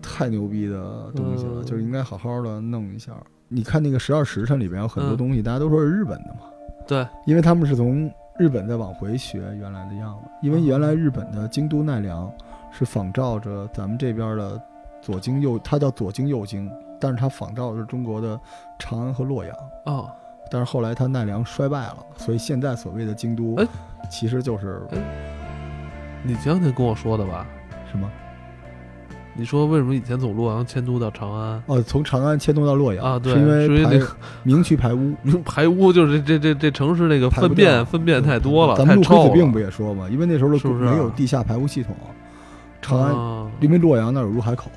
Speaker 2: 太牛逼的东西了，
Speaker 3: 嗯
Speaker 2: 就是应该好好的弄一下。你看那个十二时辰里边有很多
Speaker 3: 嗯
Speaker 2: 东西，大家都说是日本的嘛，
Speaker 3: 对，
Speaker 2: 因为他们是从日本再往回学原来的样子，因为原来
Speaker 3: 嗯
Speaker 2: 日本的京都奈良是仿照着咱们这边的左京右，它叫左京右京，但是它仿照的是中国的长安和洛阳。
Speaker 3: 哦，
Speaker 2: 但是后来他奈良衰败了，所以现在所谓的京都
Speaker 3: 哎，
Speaker 2: 其实就是
Speaker 3: 你前两天跟我说的吧？
Speaker 2: 什么？
Speaker 3: 你说为什么以前从洛阳迁都到长安？
Speaker 2: 哦，从长安迁都到洛阳
Speaker 3: 啊对
Speaker 2: 是因
Speaker 3: 是因为
Speaker 2: 为
Speaker 3: 那
Speaker 2: 排明渠排 污，
Speaker 3: 排污就是这这这这城市那个
Speaker 2: 排不
Speaker 3: 粪便
Speaker 2: 掉
Speaker 3: 粪便太多了，
Speaker 2: 咱们
Speaker 3: 太
Speaker 2: 陆
Speaker 3: 臭
Speaker 2: 口
Speaker 3: 了。
Speaker 2: 子病不也说嘛？因为那时候的
Speaker 3: 是不是
Speaker 2: 没有地下排污系统，长安
Speaker 3: 啊
Speaker 2: 因为洛阳那儿有入海口，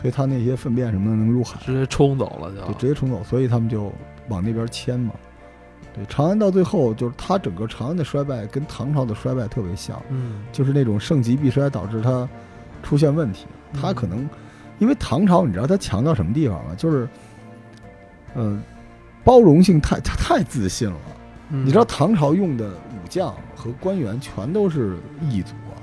Speaker 2: 所以他那些粪便什么的能入海，
Speaker 3: 直接冲走了
Speaker 2: 就
Speaker 3: 就。
Speaker 2: 直接冲走，所以他们就往那边迁嘛。对，长安到最后就是它整个长安的衰败跟唐朝的衰败特别像。
Speaker 3: 嗯，
Speaker 2: 就是那种盛极必衰导致它出现问题。
Speaker 3: 嗯
Speaker 2: 它可能因为唐朝，你知道它强调什么地方吗？就是，呃，包容性太它太自信了。
Speaker 3: 嗯
Speaker 2: 你知道唐朝用的武将和官员全都是异族啊，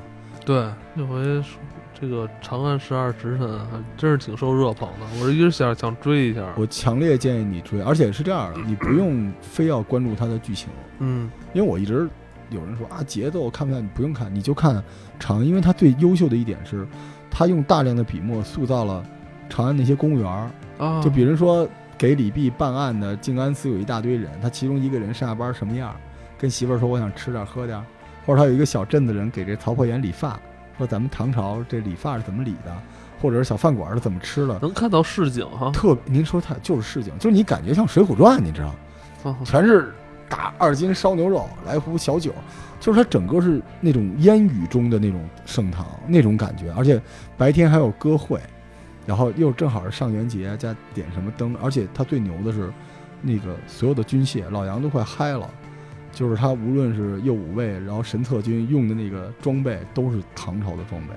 Speaker 3: 对，这回说这个长安十二时辰还真是挺受热捧的。我一直想想追一下，
Speaker 2: 我强烈建议你追，而且是这样的，你不用非要关注它的剧情，
Speaker 3: 嗯
Speaker 2: 因为我一直。有人说啊，节奏看不下，你不用看，你就看长安，因为它最优秀的一点是，它用大量的笔墨塑造了长安那些公务员儿，
Speaker 3: 啊，
Speaker 2: 就比如说给李泌办案的静安寺有一大堆人，他其中一个人上下班什么样儿，跟媳妇儿说我想吃点儿喝点儿，或者他有一个小镇子人给这曹破岩理发，说咱们唐朝这理发是怎么理的，或者是小饭馆是怎么吃的。
Speaker 3: 能看到市井哈，
Speaker 2: 特您说太就是市井，就是你感觉像《水浒传》，你知道，
Speaker 3: 啊
Speaker 2: 全是大二斤烧牛肉，来壶小酒，就是它整个是那种烟雨中的那种盛唐那种感觉，而且白天还有歌会，然后又正好是上元节，加点什么灯，而且它最牛的是，那个所有的军械，老杨都快嗨了，就是他无论是右武卫，然后神策军用的那个装备都是唐朝的装备，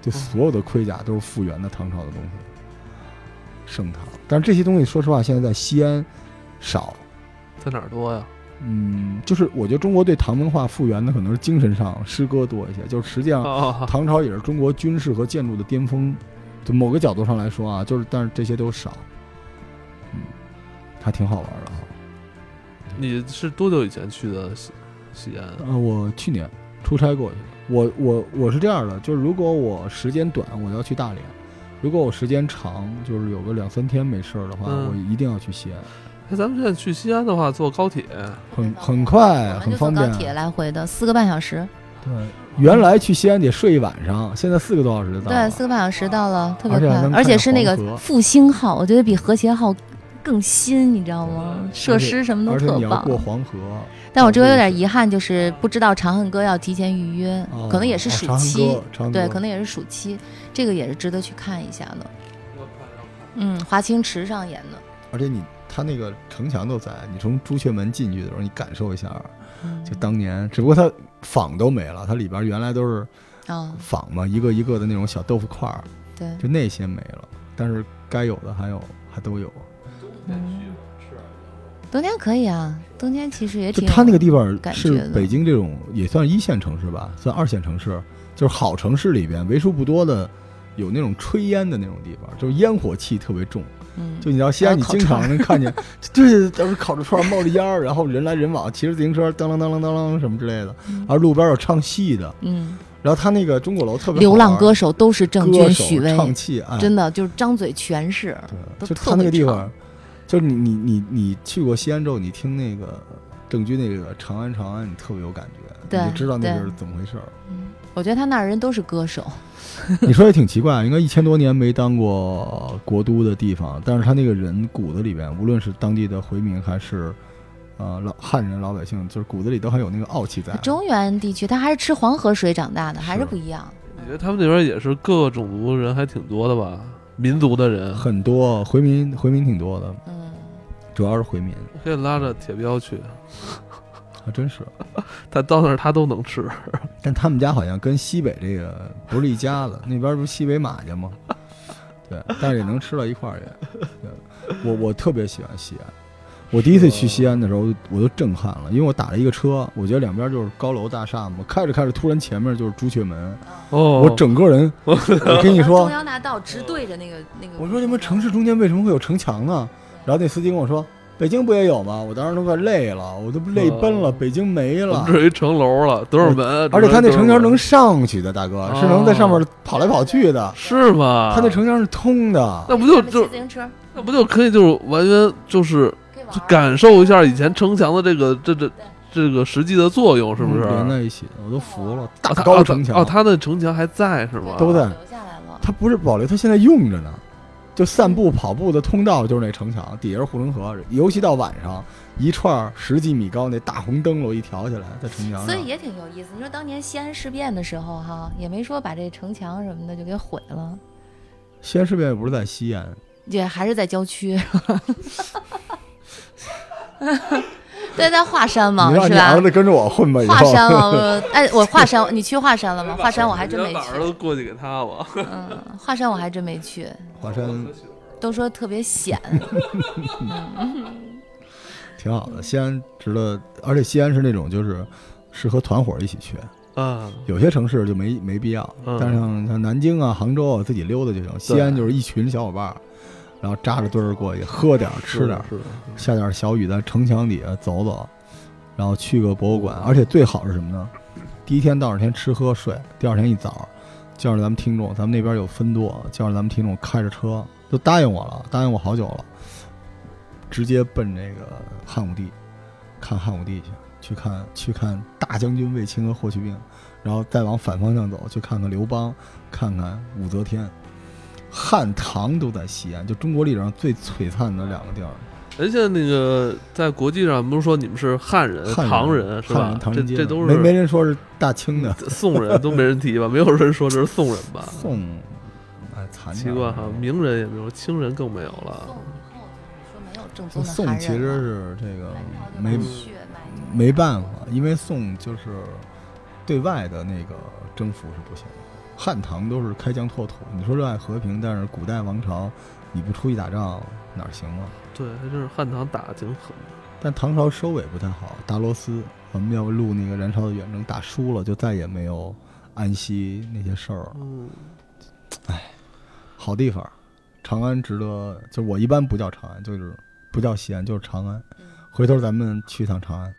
Speaker 2: 就所有的盔甲都是复原的唐朝的东西，盛唐。但是这些东西说实话，现在在西安少，
Speaker 3: 在哪儿多呀？
Speaker 2: 嗯，就是我觉得中国对唐文化复原的可能是精神上诗歌多一些，就是实际上
Speaker 3: 啊，
Speaker 2: 唐朝也是中国军事和建筑的巅峰，就某个角度上来说啊，就是但是这些都少。嗯，还挺好玩的啊。
Speaker 3: 你是多久以前去的西西安？啊
Speaker 2: 呃，我去年出差过去的。我我我是这样的，就是如果我时间短，我要去大连；如果我时间长，就是有个两三天没事儿的话，
Speaker 3: 嗯
Speaker 2: 我一定要去西安。
Speaker 3: 哎，咱们现在去西安的话，坐高铁，
Speaker 2: 很很快，
Speaker 1: 我们
Speaker 2: 很
Speaker 1: 就坐
Speaker 2: 方
Speaker 1: 高
Speaker 2: 便。啊
Speaker 1: 铁来回的四个半小时，
Speaker 2: 对，原来去西安得睡一晚上，现在四个多小时就到了。
Speaker 1: 对，四个半小时到了，特别
Speaker 2: 而且还
Speaker 1: 快
Speaker 2: 能，
Speaker 1: 而且
Speaker 2: 看
Speaker 1: 是那个
Speaker 2: 黄河
Speaker 1: 复兴号，我觉得比和谐号更新，你知道吗？设施什么都
Speaker 2: 而且
Speaker 1: 特
Speaker 2: 你要
Speaker 1: 棒。
Speaker 2: 过黄河，
Speaker 1: 但我这回有点遗憾，就是不知道长恨歌要提前预约，
Speaker 2: 哦
Speaker 1: 可能也是
Speaker 2: 哦
Speaker 1: 暑
Speaker 2: 长恨
Speaker 1: 期
Speaker 2: 歌，长恨
Speaker 1: 对，
Speaker 2: 歌
Speaker 1: 可能也是暑期，这个也是值得去看一下的。嗯，华清池上演的，
Speaker 2: 而且你它那个城墙都在，你从朱雀门进去的时候，你感受一下，嗯
Speaker 1: 嗯
Speaker 2: 就当年，只不过它仿都没了，它里边原来都是
Speaker 1: 啊、
Speaker 2: 仿嘛，一个一个的那种小豆腐块儿，
Speaker 1: 对，
Speaker 2: 就那些没了，但是该有的还有，还都有。
Speaker 1: 嗯，冬天可以啊，冬天其实也
Speaker 2: 就
Speaker 1: 挺
Speaker 2: 它那个地方
Speaker 1: 感觉
Speaker 2: 是
Speaker 1: 的
Speaker 2: 北京这种也算一线城市吧，算二线城市，就是好城市里边为数不多的有那种炊烟的那种地方，就是烟火气特别重。
Speaker 1: 嗯，
Speaker 2: 就你到西安，你经常能看见， 对，都是烤着串儿冒着烟儿，然后人来人往，骑着自行车，当啷当啷当啷什么之类的。
Speaker 1: 嗯
Speaker 2: 然后路边有唱戏的，
Speaker 1: 嗯，
Speaker 2: 然后他那个中国楼特别好
Speaker 1: 流浪
Speaker 2: 玩
Speaker 1: 歌手都是郑
Speaker 2: 歌
Speaker 1: 钧、
Speaker 2: 手
Speaker 1: 许巍，
Speaker 2: 唱戏，哎，
Speaker 1: 真的就是张嘴全是，
Speaker 2: 对，
Speaker 1: 都
Speaker 2: 就
Speaker 1: 特
Speaker 2: 他那个
Speaker 1: 别
Speaker 2: 地
Speaker 1: 长
Speaker 2: 方，就是你你你你去过西安之后，你听那个郑钧那个《长安长安》，你特别有感觉，
Speaker 1: 对
Speaker 2: 你就知道那
Speaker 1: 对
Speaker 2: 是怎么回事儿。
Speaker 1: 我觉得他那儿人都是歌手，
Speaker 2: 你说也挺奇怪，应该一千多年没当过国都的地方，但是他那个人骨子里边，无论是当地的回民还是。呃，老汉人老百姓就是骨子里都还有那个傲气在。
Speaker 1: 中原地区他还是吃黄河水长大的，还是
Speaker 2: 啊是
Speaker 1: 不一样。
Speaker 3: 你觉得他们那边也是各个种族人还挺多的吧？民族的人
Speaker 2: 很多回民，回民挺多的，
Speaker 1: 嗯，
Speaker 2: 主要是回民，
Speaker 3: 可以拉着铁彪去，
Speaker 2: 还真是。
Speaker 3: 他到那儿他都能吃。
Speaker 2: 但他们家好像跟西北这个不是一家 子，那边不是西北马家吗？对，但是也能吃到一块儿去。对我我特别喜欢西安，我第一次去西安的时候，我都震撼了，因为我打了一个车，我觉得两边就是高楼大厦嘛，开着开着，突然前面就是朱雀门，
Speaker 3: 哦，
Speaker 2: 我整个 人，我跟你说
Speaker 1: 中，央大道直对着那个那个，
Speaker 2: 我说你们城市中间为什么会有城墙呢？然后那司机跟我说。北京不也有吗？我当时都快累了，我都累崩了。
Speaker 3: 哦
Speaker 2: 北京没了，
Speaker 3: 这一城楼了，多少门？
Speaker 2: 而且他那城墙能
Speaker 3: 是哦
Speaker 2: 上去的，大哥、是能在上面跑来跑去的。
Speaker 3: 是吗？
Speaker 2: 他那城墙是通的，
Speaker 3: 啊那不就
Speaker 1: 他们
Speaker 3: 就
Speaker 1: 骑自行车
Speaker 3: 那不就可以就是完全就是
Speaker 1: 可以玩
Speaker 3: 就
Speaker 1: 儿
Speaker 3: 感受一下以前城墙的这个这这这个实际的作用，是不是？
Speaker 2: 连在一起的？我都服了，大
Speaker 3: 啊他
Speaker 2: 高城墙，
Speaker 3: 哦，他那城墙还在是吗？
Speaker 2: 都在
Speaker 1: 留下来了。
Speaker 2: 它不是保留，它现在用着呢。就散步、跑步的通道就是那城墙，底下是护城河，尤其到晚上，一串儿十几米高那大红灯笼一挑起来，在城墙上。
Speaker 1: 所以也挺有意思。你说当年西安事变的时候，哈，也没说把这城墙什么的就给毁了，
Speaker 2: 西安事变不是在西安，
Speaker 1: 也还是在郊区。 对，在华山嘛
Speaker 2: 你，让
Speaker 1: 是
Speaker 2: 你儿
Speaker 1: 吧？
Speaker 2: 子跟着我混吧，以
Speaker 1: 华
Speaker 2: 后。
Speaker 1: 山了，哎，我华山，你去华山了吗？华山我还真没
Speaker 3: 把
Speaker 1: 去
Speaker 3: 儿，子过去给他 吧。
Speaker 1: 嗯，华山我还真没去，
Speaker 2: 华山
Speaker 1: 都说特别险，
Speaker 2: 挺好的，西安值得，而且西安是那种就是适合团伙一起去。
Speaker 3: 啊，
Speaker 2: 有些城市就没没必要，
Speaker 3: 嗯
Speaker 2: 但是像像南京啊、杭州啊，自己溜达就行。西安就是一群小伙伴儿，然后扎着堆儿过去，喝点儿、吃点儿，
Speaker 3: 是的，
Speaker 2: 下点儿小雨，在城墙底下走走，然后去个博物馆。而且最好是什么呢？第一天到那天吃喝睡，第二天一早叫上咱们听众，咱们那边有分舵，叫上咱们听众开着车，都答应我了，答应我好久了，直接奔这个汉武帝，看汉武帝去，去看去看大将军卫青和霍去病，然后再往反方向走，去看看刘邦，看看武则天。汉唐都在西安，就中国历史上最璀璨的两个地儿。
Speaker 3: 人现在那个在国际上不是说你们是汉人、
Speaker 2: 汉
Speaker 3: 唐
Speaker 2: 人
Speaker 3: 是
Speaker 2: 汉
Speaker 3: 吧
Speaker 2: 人？唐
Speaker 3: 这
Speaker 2: 人街
Speaker 3: 这都
Speaker 2: 没没
Speaker 3: 是
Speaker 2: 人说是大清的
Speaker 3: 宋人，都没人提吧？没有人说这是宋人 吧？
Speaker 2: 宋，哎，残
Speaker 3: 奇
Speaker 2: 点儿
Speaker 3: 怪哈，明人也没有，清人更没有了。
Speaker 1: 说没有正宗
Speaker 2: 宋
Speaker 1: 的汉
Speaker 2: 宋
Speaker 1: 人
Speaker 2: 其实是这个没
Speaker 1: 没
Speaker 2: 没办法，因为宋就是对外的那个征服是不行的。汉唐都是开疆拓土，你说热爱和平，但是古代王朝你不出去打仗哪儿行啊？
Speaker 3: 对，还真是汉唐打得挺狠。
Speaker 2: 但唐朝收尾不太好，达罗斯我们要不录那个《燃烧的远征》，打输了就再也没有安息那些事儿了。
Speaker 3: 嗯，
Speaker 2: 好地方，长安值得。就是我一般不叫长安，就是不叫西安，就是长安
Speaker 1: 嗯。
Speaker 2: 回头咱们去一趟长安，